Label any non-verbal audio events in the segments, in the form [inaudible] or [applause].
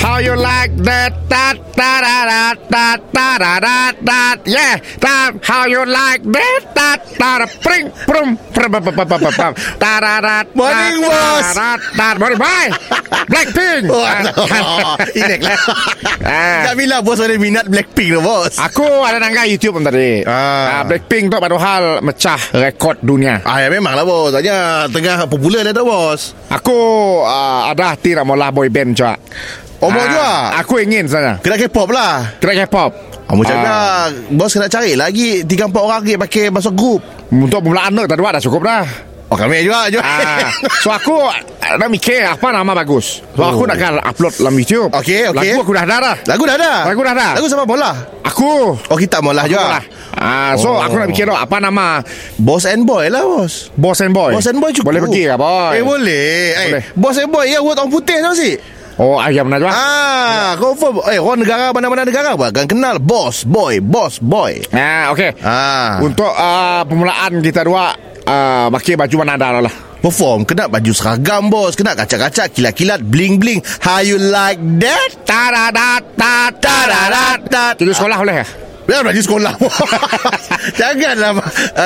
How you like that? That, that, that, that, that, that, that, yeah. That, how you like that? That, that, pring, prum, prum, prum, prum, prum, prum, prum. That, that, that, that, Morning, boss. that, that, that. Morning, bye. Blackpink. [laughs] [laughs] Oh, oh, Inek [laughs] lah Ah. Tak bila bos ada minat Blackpink tu bos Aku ada nangka YouTube pun tadi. Ah. Ah. Blackpink tu baru hal mecah rekod dunia. Ah, ya memang lah bos Hanya tengah popular dah tu bos Aku ah, ada hati nak mula boy band juga. Oh, mau juga? Aku ingin sana. Kena K-pop lah Kira K-pop. Kamu cakap Bos kena cari lagi Tiga empat orang lagi Pakai masuk grup Untuk permulaan tu tadi dah cukup dah. Oh kami juga juga Ah, [laughs] so aku ah, nak mikir apa nama bagus. So aku Oh. nak kan upload dalam YouTube. Okey, okey. Lah, Lagu aku dah ada dah. [laughs] Lagu dah ada Lagu dah ada. Lagu sama bola Aku Oh kita maulah juga lah. Ah, so Oh. aku nak mikir tu apa nama Boss and boy lah bos Boss and Boy. Boss and boy cukup Boleh pergi ke boy? Eh boleh, Boleh. Eh, Boss and boy Ya buat orang putih tau si Oh, ayam nak juga. Ah, confirm. Eh, orang negara mana-mana negara apa? Kan kenal boss, boy, boss, boy. Ah, okey. Ah. Untuk ah, permulaan kita dua ah, pakai baju mana ada lah. Perform kena baju seragam bos, kena kacak-kacak, kilat-kilat, bling-bling. How you like that? Taradat, ta, taradat, ta. Jadi sekolah boleh ya? Ya, baju sekolah. [laughs] Janganlah.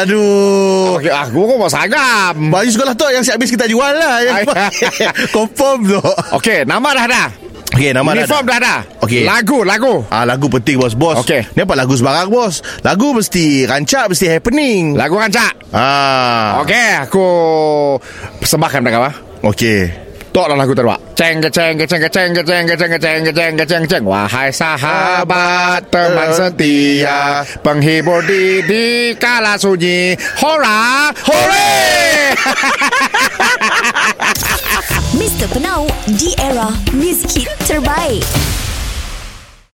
Aduh. Okey, aku kok mau sagam. Baju sekolah tu yang siap habis kita jual lah. Yang [laughs] confirm tu. Okey, nama dah ada. Okey, nama dah. Uniform dah ada. Okey. Lagu, lagu. Ah, lagu penting bos bos. Okey. Ni apa lagu sebarang bos? Lagu mesti rancak, mesti happening. Lagu kan, Cak? ah. Okey, aku persembahkan mereka apa? Okey. Tok lah lagu terbaik. Ceng ke ceng ke ceng ke ceng ke ceng ke ceng ke ceng ke ceng ke ceng ke ceng. Wahai sahabat teman setia, penghibur di di kala sunyi. Hora, hore! Mr. Penau, di era music hit terbaik.